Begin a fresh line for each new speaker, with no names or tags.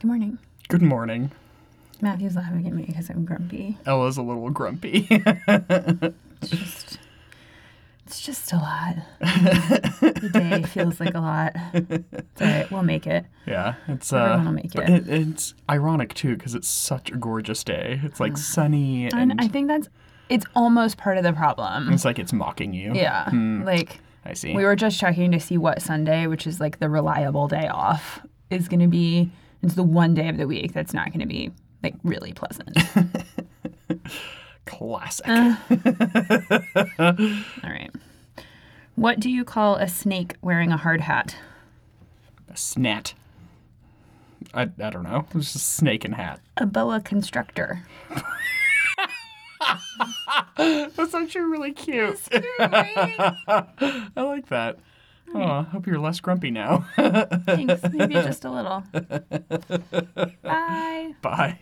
Good morning.
Good morning.
Matthew's laughing at me because I'm grumpy.
Ella's a little grumpy.
It's just, it's just a lot. the day feels like a lot. It's all right. We'll make it.
yeah, it's
Everyone
uh,
will make
but
it.
it's ironic too because it's such a gorgeous day. It's like sunny and,
And I think that's, it's almost part of the problem.
it's like it's mocking you.
Yeah. Like,
I see.
we were just checking to see what Sunday, which is like the reliable day off, is going to be. It's the one day of the week that's not going to be like really pleasant.
Classic.
uh, All right. What do you call a snake wearing a hard hat?
A snat. I, I don't know. It's just snake and hat.
A boa constrictor.
That's actually really cute.
Thanks.
I like that. Oh, I hope you're less grumpy now.
Maybe just a little. Bye.
Bye.